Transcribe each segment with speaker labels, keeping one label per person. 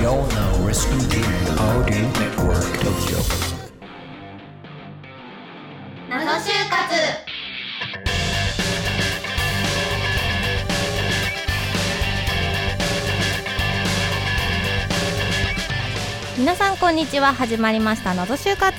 Speaker 1: You're now listening to Audio Network Tokyo.
Speaker 2: 謎就活
Speaker 3: 皆さんこんにちは始まりました謎就活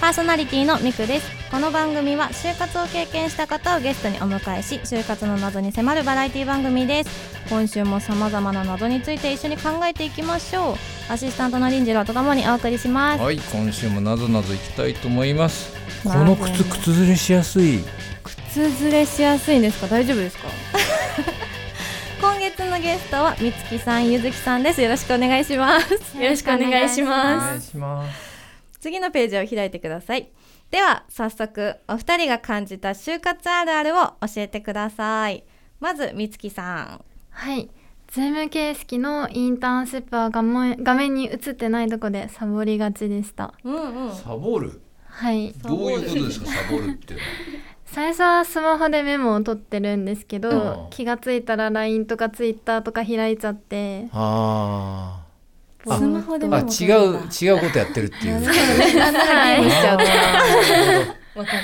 Speaker 3: パーソナリティのみくですこの番組は就活を経験した方をゲストにお迎えし就活の謎に迫るバラエティ番組です今週もさまざまな謎について一緒に考えていきましょうアシスタントのりんじろうとともにお送りします
Speaker 4: はい、今週もなぞなぞいきたいと思います。こ
Speaker 3: なぞな
Speaker 4: の
Speaker 3: ぞ
Speaker 4: 靴、靴ずれしやすい。
Speaker 3: 靴ずれしやすいんですか大丈夫ですか 今月のゲストはみつきさんゆずきさんですよろしくお願いします
Speaker 5: よろしくお願いします
Speaker 4: いします。
Speaker 3: 次のページを開いてくださいでは早速お二人が感じた就活あるあるを教えてくださいまずみつきさん
Speaker 5: はい。ズーム形式のインターンシップは画面画面に映ってないとこでサボりがちでした。
Speaker 3: うんうん
Speaker 4: サボる。
Speaker 5: はい。
Speaker 3: サボる
Speaker 4: どういうことですか、サボるっていう
Speaker 5: 最初はスマホでメモを取ってるんですけ
Speaker 4: う
Speaker 5: ど
Speaker 4: ん、
Speaker 5: 気がついたら LINE とか Twitter とか開いちゃって、
Speaker 4: のは。
Speaker 3: スマホで
Speaker 4: ああ、
Speaker 3: メ
Speaker 4: 違
Speaker 3: モ取るん
Speaker 4: う
Speaker 3: だ、
Speaker 4: 違うことやってるっていう。
Speaker 5: はい
Speaker 4: あーなる
Speaker 3: わかる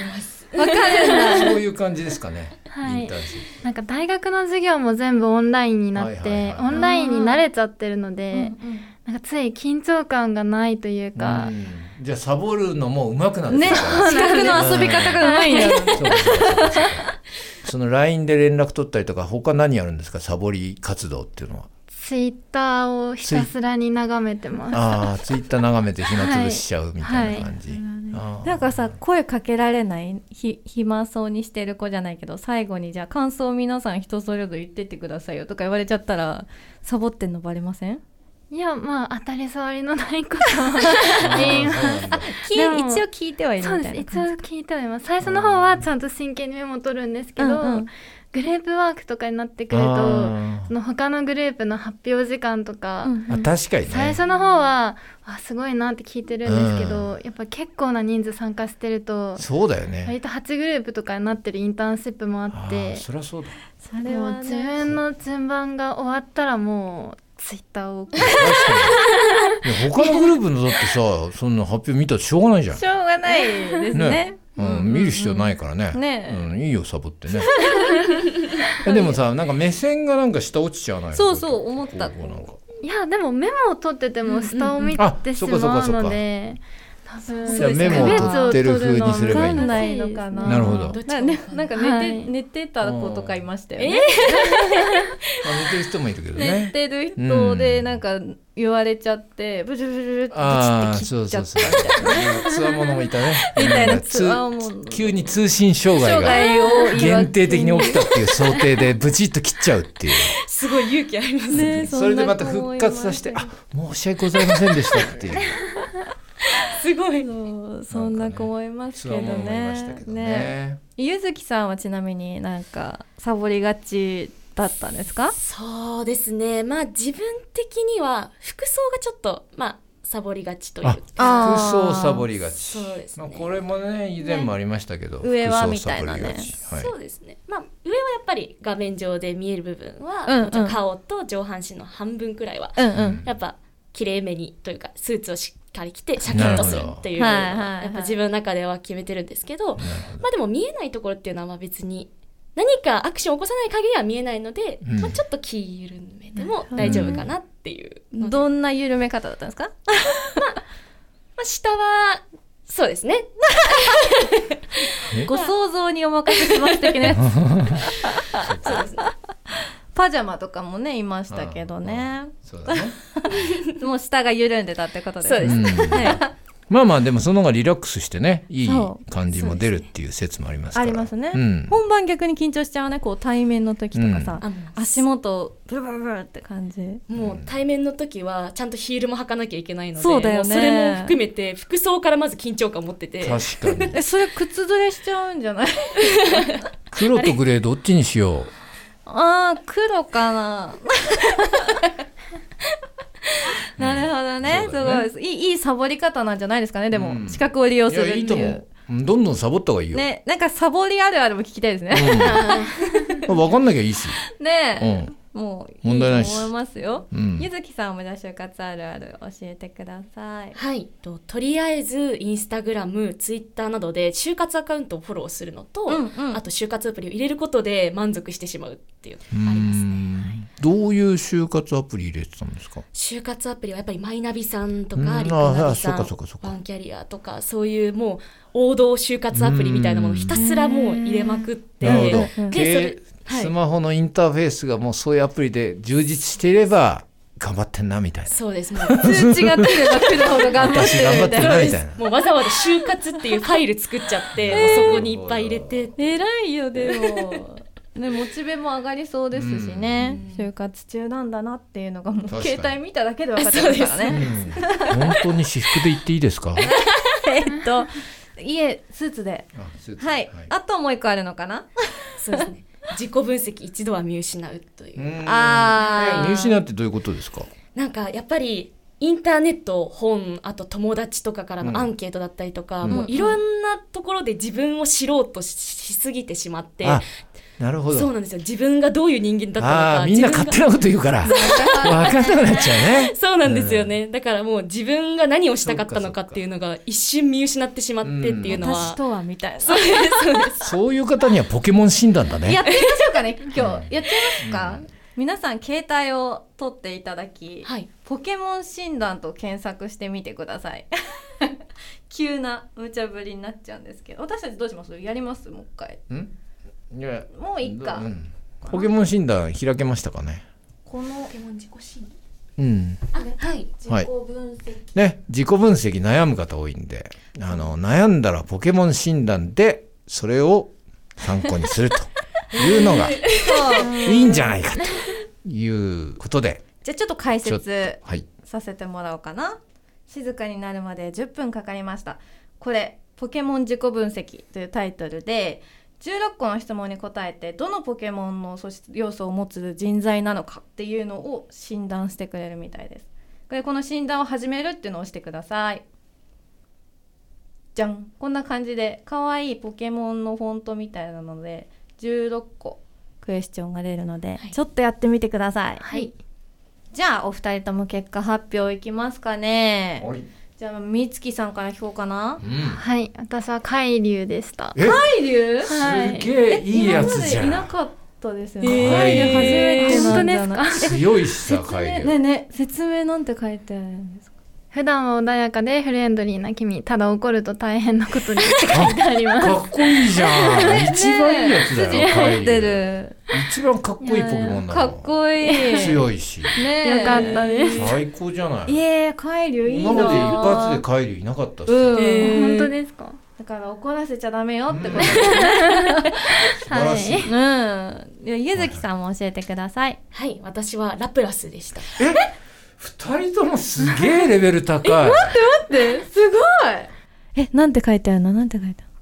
Speaker 3: んだ
Speaker 4: ほどそういう感じですかね。
Speaker 5: はい
Speaker 4: インターンシ
Speaker 5: なんか大学の授業も全部オンラインになって、
Speaker 4: はいはいはい
Speaker 5: オンラインに慣れちゃってるの
Speaker 3: うんう
Speaker 5: で、
Speaker 3: ん
Speaker 5: なんかつい緊張感がないという
Speaker 4: ッ
Speaker 5: か、
Speaker 4: プうん。じゃあサボるのも上手くなって
Speaker 3: ね
Speaker 4: きたから
Speaker 3: 資格の遊び方がうまいんだよ
Speaker 4: そうそうそうそうその LINE で連絡取ったりとか他何やるんですかサボり活動っていうのは
Speaker 5: Twitter をひたすらに眺めてます。
Speaker 4: ああツイッター眺めて暇つぶしちゃうみたいな感じ、あー
Speaker 3: なんかさ声かけられないひ暇そうにしてる子じゃないけど最後にじゃあ感想を皆さん人それぞれ言ってってくださいよとか言われちゃったらサボってんのバレません
Speaker 5: いや、まあ当たり障りのないことを
Speaker 4: あ
Speaker 5: 言
Speaker 4: ー
Speaker 5: います
Speaker 4: そうなんだ
Speaker 3: き
Speaker 5: でも
Speaker 3: 一応聞いてはいる
Speaker 5: そう
Speaker 3: み
Speaker 5: で
Speaker 3: た
Speaker 5: す
Speaker 3: いな
Speaker 5: 一
Speaker 3: 感
Speaker 5: 応
Speaker 3: じ
Speaker 5: 聞いてはいます最初の方はちゃんと真剣にメモ取るんですけど、
Speaker 3: うんうん
Speaker 5: グループワークとかになってくると
Speaker 4: あ
Speaker 5: その他のグループの発表時間とか、
Speaker 3: うん
Speaker 4: ーあ確かにね
Speaker 5: 最初の方はわすごいなって聞いてるんですけど、やっぱ結構な人数参加してると
Speaker 4: そうだよね
Speaker 5: 割と8グループとかになってるインターンシップもあ
Speaker 4: あ
Speaker 5: って
Speaker 4: ーそりゃそうだ
Speaker 3: あれ
Speaker 5: もう
Speaker 3: は
Speaker 5: 自
Speaker 3: ね
Speaker 5: 分の順番が終わったらもうツイッターを
Speaker 4: 確かにいや他のグループのだってさそんな発表見たらしょうがないじゃん
Speaker 3: しょうがないですね。
Speaker 4: うん、見る必要ないからね
Speaker 3: ねえ
Speaker 4: うん、いいよサボってねえでもさなんか目線がなんか下落ちちゃわない
Speaker 3: そうそう
Speaker 4: こい
Speaker 3: 思った
Speaker 4: こうなんか
Speaker 5: いやでもメモを取ってても下を見
Speaker 4: うんうんう
Speaker 5: て
Speaker 4: ん
Speaker 5: しまうので、
Speaker 3: じゃあ
Speaker 5: 多分
Speaker 3: メモを
Speaker 4: 取ってる風にすればいい
Speaker 3: んだうん
Speaker 4: なるほど
Speaker 3: なねなんか寝て、
Speaker 5: はい
Speaker 3: 寝てた子とかいましたよね。
Speaker 4: あ似てる人もいるけど
Speaker 3: 寝
Speaker 4: ね
Speaker 3: てる人で
Speaker 4: うん
Speaker 3: なんか言われちゃってブチュブチュブチュって
Speaker 4: ああ
Speaker 3: 切
Speaker 4: そ
Speaker 3: っ
Speaker 4: う
Speaker 3: ちゃ
Speaker 4: そう
Speaker 3: っ
Speaker 4: そ
Speaker 3: た
Speaker 4: う
Speaker 3: みたいな。
Speaker 4: つわものもいたね
Speaker 3: みたいな
Speaker 4: うん
Speaker 3: つわもの
Speaker 4: つ急に通信障害
Speaker 3: 障
Speaker 4: が
Speaker 3: 害を言い訳に
Speaker 4: 限定的に起きたっていう想定でブチッと切っちゃうっていう
Speaker 3: すごい勇気ありますね。
Speaker 4: それでまた復活させて「あ申し訳ございませんでした」って いう
Speaker 3: すごいそうそんな子もいますけ
Speaker 4: そう
Speaker 3: ど
Speaker 4: 思いました
Speaker 3: ね
Speaker 4: け。ど
Speaker 3: ね
Speaker 4: ね。
Speaker 3: ゆずきさんはちなみになんかサボりがちだったんですか？
Speaker 6: そうですねまあ自分的には服装がちょっとまあサボりがちというか
Speaker 4: 服装サボりがち
Speaker 6: そうですね
Speaker 4: まあ、これもね以前もありましたけど、
Speaker 3: ね上は
Speaker 4: 服装サボりが
Speaker 3: みたいなね
Speaker 4: ちはい
Speaker 6: そうですねまあ上はやっぱり画面上で見える部分は、
Speaker 3: うんうん
Speaker 6: ちょっと顔と上半身の半分くらいは、
Speaker 3: うんうん。
Speaker 6: やっぱ綺麗めにというかスーツをしっかり着てシャキッとするっていうの
Speaker 3: なるほどはいはいはい
Speaker 6: やっぱ自分の中では決めてるんですけ
Speaker 4: なる
Speaker 6: ど、
Speaker 4: ほど
Speaker 6: まあでも見えないところっていうのはまあ別に何かアクションを起こさない限りは見えないので、
Speaker 4: うん
Speaker 6: まあ、ちょっと気緩めでも大丈夫かなっていうので
Speaker 3: どんな緩め方だったんですか？
Speaker 6: まあ、下は、そうですね。
Speaker 3: ご想像にお任せします的なやつ。
Speaker 6: そうですね。
Speaker 3: パジャマとかもねいましたけどね。
Speaker 4: そうだね、
Speaker 3: もう下が緩んでたってことです。
Speaker 6: そうです
Speaker 4: うん
Speaker 3: はい、
Speaker 4: まあまあでもその方がリラックスしてねいい
Speaker 3: そう
Speaker 4: 感じも出るっていう説もありますから
Speaker 3: ありますね、
Speaker 4: うん、
Speaker 3: 本番逆に緊張しちゃうねこう対面の時とかさ、
Speaker 6: あの
Speaker 3: 足元ブルブルブルって感じ
Speaker 6: もう対面の時は、ちゃんとヒールも履かなきゃいけないので、
Speaker 3: そうだよね
Speaker 6: もそれも含めて、服装からまず緊張感を持ってて、
Speaker 4: 確かに
Speaker 3: えそれ靴ずれしちゃうんじゃない
Speaker 4: 黒とグレーどっちにしよ
Speaker 3: あー黒かななるほどね,、
Speaker 4: そうだね
Speaker 3: すごいいいいいサボり方なんじゃないですかねでも、
Speaker 4: うん
Speaker 3: 資格を
Speaker 4: う
Speaker 3: 利用
Speaker 4: い
Speaker 3: するっ
Speaker 4: や
Speaker 3: ていう
Speaker 4: いいと思ううんどんどんサボった方がいいよ、
Speaker 3: ねなんかサボりあるあるも聞きたいですね
Speaker 4: うん、分かんなきゃいいし、
Speaker 3: ね
Speaker 4: うん、
Speaker 3: もう
Speaker 4: 問題ないっす
Speaker 3: と思いますよ。
Speaker 4: うん
Speaker 3: ゆずきさんもじゃあ就活あるある教えてください。
Speaker 6: はい、ととりあえずインスタグラムツイッターなどで就活アカウントをフォローするのと、
Speaker 3: うんうん
Speaker 6: あと就活アプリを入れることで満足してしまうっていう
Speaker 4: う
Speaker 6: のがありますね。
Speaker 4: んどういう就活アプリ入れてたんですか
Speaker 6: 就活アプリはやっぱりマイナビさんと
Speaker 4: うん
Speaker 6: かリクナビ
Speaker 4: あ
Speaker 6: さ
Speaker 4: あそうんかそうかそうか
Speaker 6: ワンキャリアとかそういうもう王道就活アプリみたいなものをひたすらもう入れまくって
Speaker 4: なるほ
Speaker 3: う
Speaker 4: ど
Speaker 3: ん
Speaker 6: で
Speaker 4: け
Speaker 6: それ、
Speaker 4: ス
Speaker 6: はい、
Speaker 4: マホのインターフェースがもうそういうアプリで充実していれば頑張ってんなみたいな
Speaker 6: そうですもう通知が来れば来るほど頑 張っ
Speaker 4: 私
Speaker 6: て
Speaker 4: 頑張ってんなみたい
Speaker 6: そうで
Speaker 4: な
Speaker 6: す もうわざわざ就活っていうファイル作っちゃって、もうそこにいっぱい入れて
Speaker 3: 偉いよでも。ね、モチベも上がりそうですしね、就活中なんだなっていうのがもう
Speaker 4: 確かに
Speaker 3: 携帯見ただけで分かってますからね。
Speaker 4: 本当に私服で行っていいですか
Speaker 3: えっといえスーツではい、あともう一個あるのかな、
Speaker 6: そうですね自己分析一度は見失うという、
Speaker 3: あー
Speaker 4: 見失うってどういうことですか
Speaker 6: なんかやっぱりインターネット本あと友達とかからのアンケートだったりとか、
Speaker 4: うん
Speaker 6: もういろんなところで自分を知ろうとししすぎてしまって
Speaker 4: あなるほ
Speaker 6: そう
Speaker 4: ど
Speaker 6: なんですよ自分がどういう人間だったの
Speaker 4: あ
Speaker 6: か
Speaker 4: あーみんな
Speaker 6: 自分
Speaker 4: 勝
Speaker 6: が
Speaker 4: 手なこと言うから分かんなくなっちゃうね
Speaker 6: そうなんですよね、だからもう自分が何をしたかったのかっていうのが一瞬見失ってしまってっていうの
Speaker 3: 私
Speaker 6: は、
Speaker 3: とはみたいな。
Speaker 6: そうですそうです
Speaker 4: そういう方にはポケモン診断だね
Speaker 3: やってみましょう かね今日やっちゃいますか、皆さん携帯を取っていただき、
Speaker 6: はい
Speaker 3: ポケモン診断と検索してみてください 急な無茶ぶりになっちゃうんですけど私たちどうしますやりますもう一回
Speaker 4: んいや
Speaker 3: もういいか、
Speaker 4: うんポケモン診断開けましたかね
Speaker 3: この
Speaker 4: うん
Speaker 6: はい
Speaker 4: はい、ね自己分析悩む方多いんであの悩んだらポケモン診断でそれを参考にするというのがいいんじゃないかということで
Speaker 3: じゃあちょっと解
Speaker 4: ちょっと
Speaker 3: 説
Speaker 4: はい
Speaker 3: させてもらおうかな静かになるまで10分かかりましたこれ「ポケモン自己分析」というタイトルで16個の質問に答えてどのポケモンの素質要素を持つ人材なのかっていうのを診断してくれるみたいですこれこの診断を始めるっていうのを押してくださいじゃんこんな感じで可愛いポケモンのフォントみたいなので16個クエスチョンが出るので、
Speaker 6: はい
Speaker 3: ちょっとやってみてください
Speaker 6: はい
Speaker 3: じゃあお二人とも結果発表いきますかね。じゃあみつきさんから聞こうかな。
Speaker 5: はい私は海流でした
Speaker 4: え
Speaker 3: 海流
Speaker 5: はい
Speaker 4: すげえいいやつじゃ
Speaker 3: 今までいなんかったですよ
Speaker 4: え
Speaker 3: ね。
Speaker 4: ー
Speaker 3: 海流初めてなんじゃない
Speaker 5: 本当で
Speaker 4: 強いしさ
Speaker 3: 説明
Speaker 4: 海
Speaker 3: ねえ
Speaker 4: 流
Speaker 3: ねえ説明なんて書いてあるんですか。
Speaker 5: 普段は穏やかでフレンドリーな君ただ怒ると大変なことにって書いてあります
Speaker 4: かっこいいじゃん一番いいやつだ
Speaker 3: ねえ
Speaker 4: よ
Speaker 3: 筋通
Speaker 4: 海
Speaker 3: っ
Speaker 4: 流
Speaker 3: てる。
Speaker 4: 一番かっこいいポケモンだ
Speaker 3: かっこいい。
Speaker 4: 強いし
Speaker 3: ねえ
Speaker 5: よかったです
Speaker 4: 最高じゃない
Speaker 3: いえ海流いいな。
Speaker 4: 今まで一発で海流いなかったっすよ
Speaker 3: うん、
Speaker 6: え
Speaker 5: 本当ですか
Speaker 3: だから怒らせちゃダメよってこと。
Speaker 4: 素晴らしい
Speaker 3: うん。いやゆずきさんも教えてください。
Speaker 6: はい私はラプラスでした
Speaker 4: 二人ともすげえレベル高い。
Speaker 3: すごい。えなんて書いてあるのなんて書いてあるの。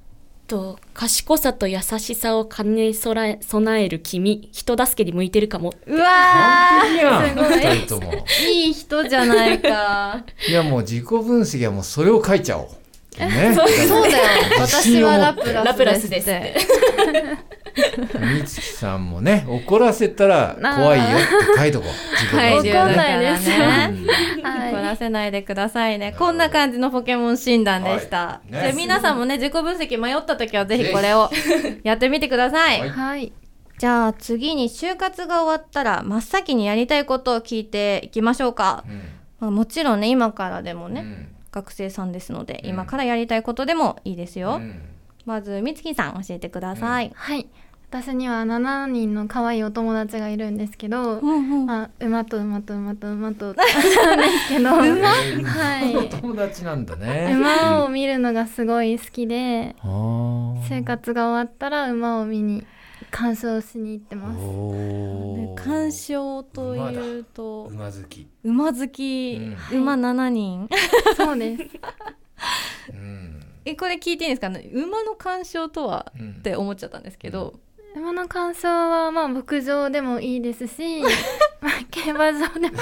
Speaker 6: と賢さと優しさを兼ね備え備える君人助けに向いてるかも
Speaker 3: う
Speaker 4: 本
Speaker 3: わ
Speaker 4: 当にやん
Speaker 3: すごい
Speaker 4: 二人とも。
Speaker 3: ーいい人じゃないか
Speaker 4: いやもう自己分析はもうそれを書いちゃおう。ね。
Speaker 3: そうだよ
Speaker 4: 自信
Speaker 3: 私
Speaker 4: を持
Speaker 3: は
Speaker 4: って
Speaker 3: ラプラス
Speaker 6: ラプラスです
Speaker 3: って
Speaker 4: みつきさんもね、怒らせたら怖いよって書いとこう。自己分
Speaker 3: はい
Speaker 4: 析
Speaker 5: 怒んないです
Speaker 3: 怒ら
Speaker 4: う
Speaker 3: ね
Speaker 4: ん
Speaker 5: はい
Speaker 3: 怒らせないでくださいねこんな感じのポケモン診断でした、
Speaker 4: はいね
Speaker 3: じゃあ皆さんもね自己分析迷った時はぜひこれをやってみてください、
Speaker 4: はい
Speaker 5: はい
Speaker 3: じゃあ次に就活が終わったら真っ先にやりたいことを聞いていきましょうか、まあ、もちろんね今からでも
Speaker 4: うん
Speaker 3: ね、
Speaker 4: うん
Speaker 3: 学生さんですので
Speaker 4: うん
Speaker 3: 今からやりたいことでもいいですよ、
Speaker 4: うん
Speaker 3: まずみつきさん教えてください、
Speaker 5: はい私には7人の可愛いお友達がいるんですけど、
Speaker 3: うん
Speaker 5: まあ、馬と馬と馬と馬と なんですけど馬はい
Speaker 4: 友達なんだね。
Speaker 5: 馬を見るのがすごい好きで
Speaker 4: あー
Speaker 5: 生活が終わったら馬を見に鑑賞しに行ってます
Speaker 4: お
Speaker 3: で
Speaker 4: ー
Speaker 3: 鑑賞というと
Speaker 4: 馬好き。
Speaker 3: 馬好き、
Speaker 5: うん
Speaker 3: 馬7人
Speaker 5: そうです
Speaker 4: うん
Speaker 3: えこれ聞いていいんですかね馬の鑑賞とは
Speaker 4: うん
Speaker 3: って思っちゃったんですけど、
Speaker 5: 馬の鑑賞はまあ牧場でもいいで すしまあ競馬場でも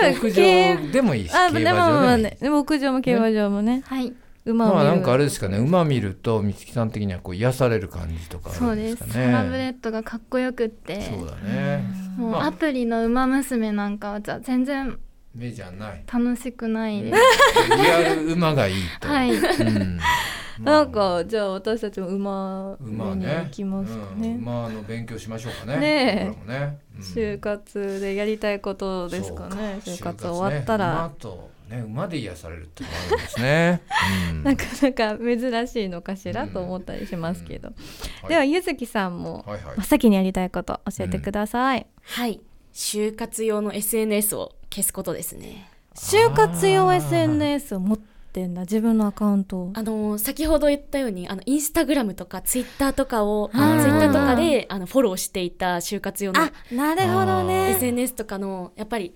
Speaker 4: 多分牧場でもいいし、
Speaker 3: あ
Speaker 4: 競
Speaker 3: でもまあま
Speaker 4: 馬場
Speaker 3: あ
Speaker 4: でもいい
Speaker 3: ね牧場も競馬場もね
Speaker 5: はい
Speaker 3: 馬
Speaker 4: ま
Speaker 3: を見
Speaker 4: あ
Speaker 3: る、
Speaker 4: なんかあれですかね馬見ると美月さん的にはこう癒される感じとか
Speaker 5: そ
Speaker 4: あ
Speaker 5: う
Speaker 4: るんで
Speaker 5: ですす
Speaker 4: かね
Speaker 5: サラブレッドがかっこよくって
Speaker 4: そうだね
Speaker 5: もう
Speaker 4: まあ
Speaker 5: アプリの「ウマ娘」なんかはじゃあ全然
Speaker 4: 目じゃない
Speaker 5: 楽しくないです、
Speaker 4: リアル馬がいいと
Speaker 5: はい
Speaker 4: うん
Speaker 3: なんかじゃあ私たちも馬
Speaker 4: 馬
Speaker 3: 見に
Speaker 4: ね
Speaker 3: 行きますかね
Speaker 4: うん馬の勉強しましょうかね
Speaker 3: ねえ
Speaker 4: 僕らもねうん
Speaker 3: 就活でやりたいことですかね
Speaker 4: そう
Speaker 3: 就活終わった
Speaker 4: 馬
Speaker 3: ら、
Speaker 4: とね馬で癒されるってのもあるんですね、 うん
Speaker 3: なかなか珍しいのかしら
Speaker 4: うん
Speaker 3: と思ったりしますけど、
Speaker 4: はい
Speaker 3: ではゆずきさんも
Speaker 4: はいはい
Speaker 3: 真っ先にやりたいこと教えてください、
Speaker 6: はい就活用の SNS を消すことですね
Speaker 3: 就活用
Speaker 4: あー
Speaker 3: SNS を持ってんだ自分のアカウントを
Speaker 6: あの先ほど言ったようにあのインスタグラムとかツイッターとかをツイ
Speaker 3: ー
Speaker 6: ッターとかであのフォローしていた就活用の
Speaker 3: あなるほど
Speaker 4: あー
Speaker 3: ね
Speaker 6: SNS とかのやっぱり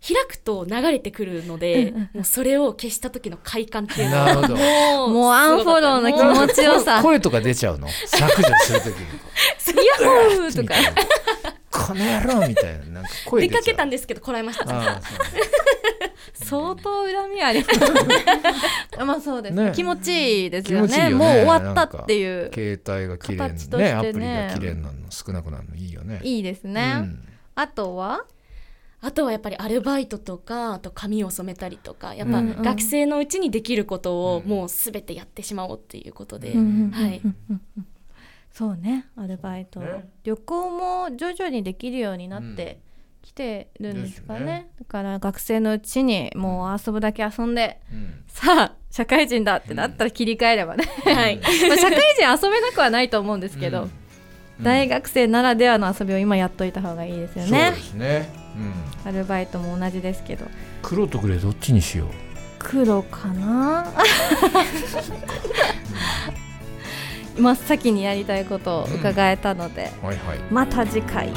Speaker 6: 開くと流れてくるので、もうそれを消した時の快感っていうの
Speaker 4: なるほど
Speaker 6: も
Speaker 3: もうアンフォローの気
Speaker 6: もう
Speaker 3: 持ちよさ
Speaker 4: 声とか出ちゃうの削除するときに
Speaker 3: ヤッホーとか
Speaker 4: この野郎みたいななんか声
Speaker 6: 出
Speaker 4: 出ちゃ
Speaker 6: か
Speaker 4: う
Speaker 6: けたんですけどこらえました
Speaker 4: ああそう
Speaker 3: 相当恨みあり まあそうですね
Speaker 4: ね
Speaker 3: 気持ちいいですよね
Speaker 4: 気持ちいいよね
Speaker 3: もう終わったっていう
Speaker 4: 携帯が綺麗に
Speaker 3: 形とし
Speaker 4: ね
Speaker 3: てね
Speaker 4: アプリが綺麗になるの少なくなるのいいよねい
Speaker 3: いいですね、
Speaker 4: うん
Speaker 3: あとは
Speaker 6: あとはやっぱりアルバイトとかあと髪を染めたりとかやっ
Speaker 4: う
Speaker 6: ぱ
Speaker 4: ん
Speaker 3: うん
Speaker 6: 学生のうちにできることを
Speaker 4: うん
Speaker 6: もう全てやってしまおうっていうことで、
Speaker 4: うん
Speaker 6: はい
Speaker 3: そうねアルバイト、
Speaker 4: そうね
Speaker 3: 旅行も徐々にできるようになってきてるんですかね,、
Speaker 4: ですね
Speaker 3: だから学生のうちにもう遊ぶだけ遊んで、
Speaker 4: うん
Speaker 3: さあ社会人だってなったら切り替えればね、
Speaker 6: はい、
Speaker 3: まあ社会人遊べなくはないと思うんですけど、
Speaker 4: うん
Speaker 3: 大学生ならではの遊びを今やっといた方がいいですよ
Speaker 4: そう
Speaker 3: ね
Speaker 4: ですねうん
Speaker 3: アルバイトも同じですけど
Speaker 4: 黒とグレーどっちにしよう
Speaker 3: 黒かな 真っ先にやりたいことを伺えたので、
Speaker 4: はいはい
Speaker 3: また次回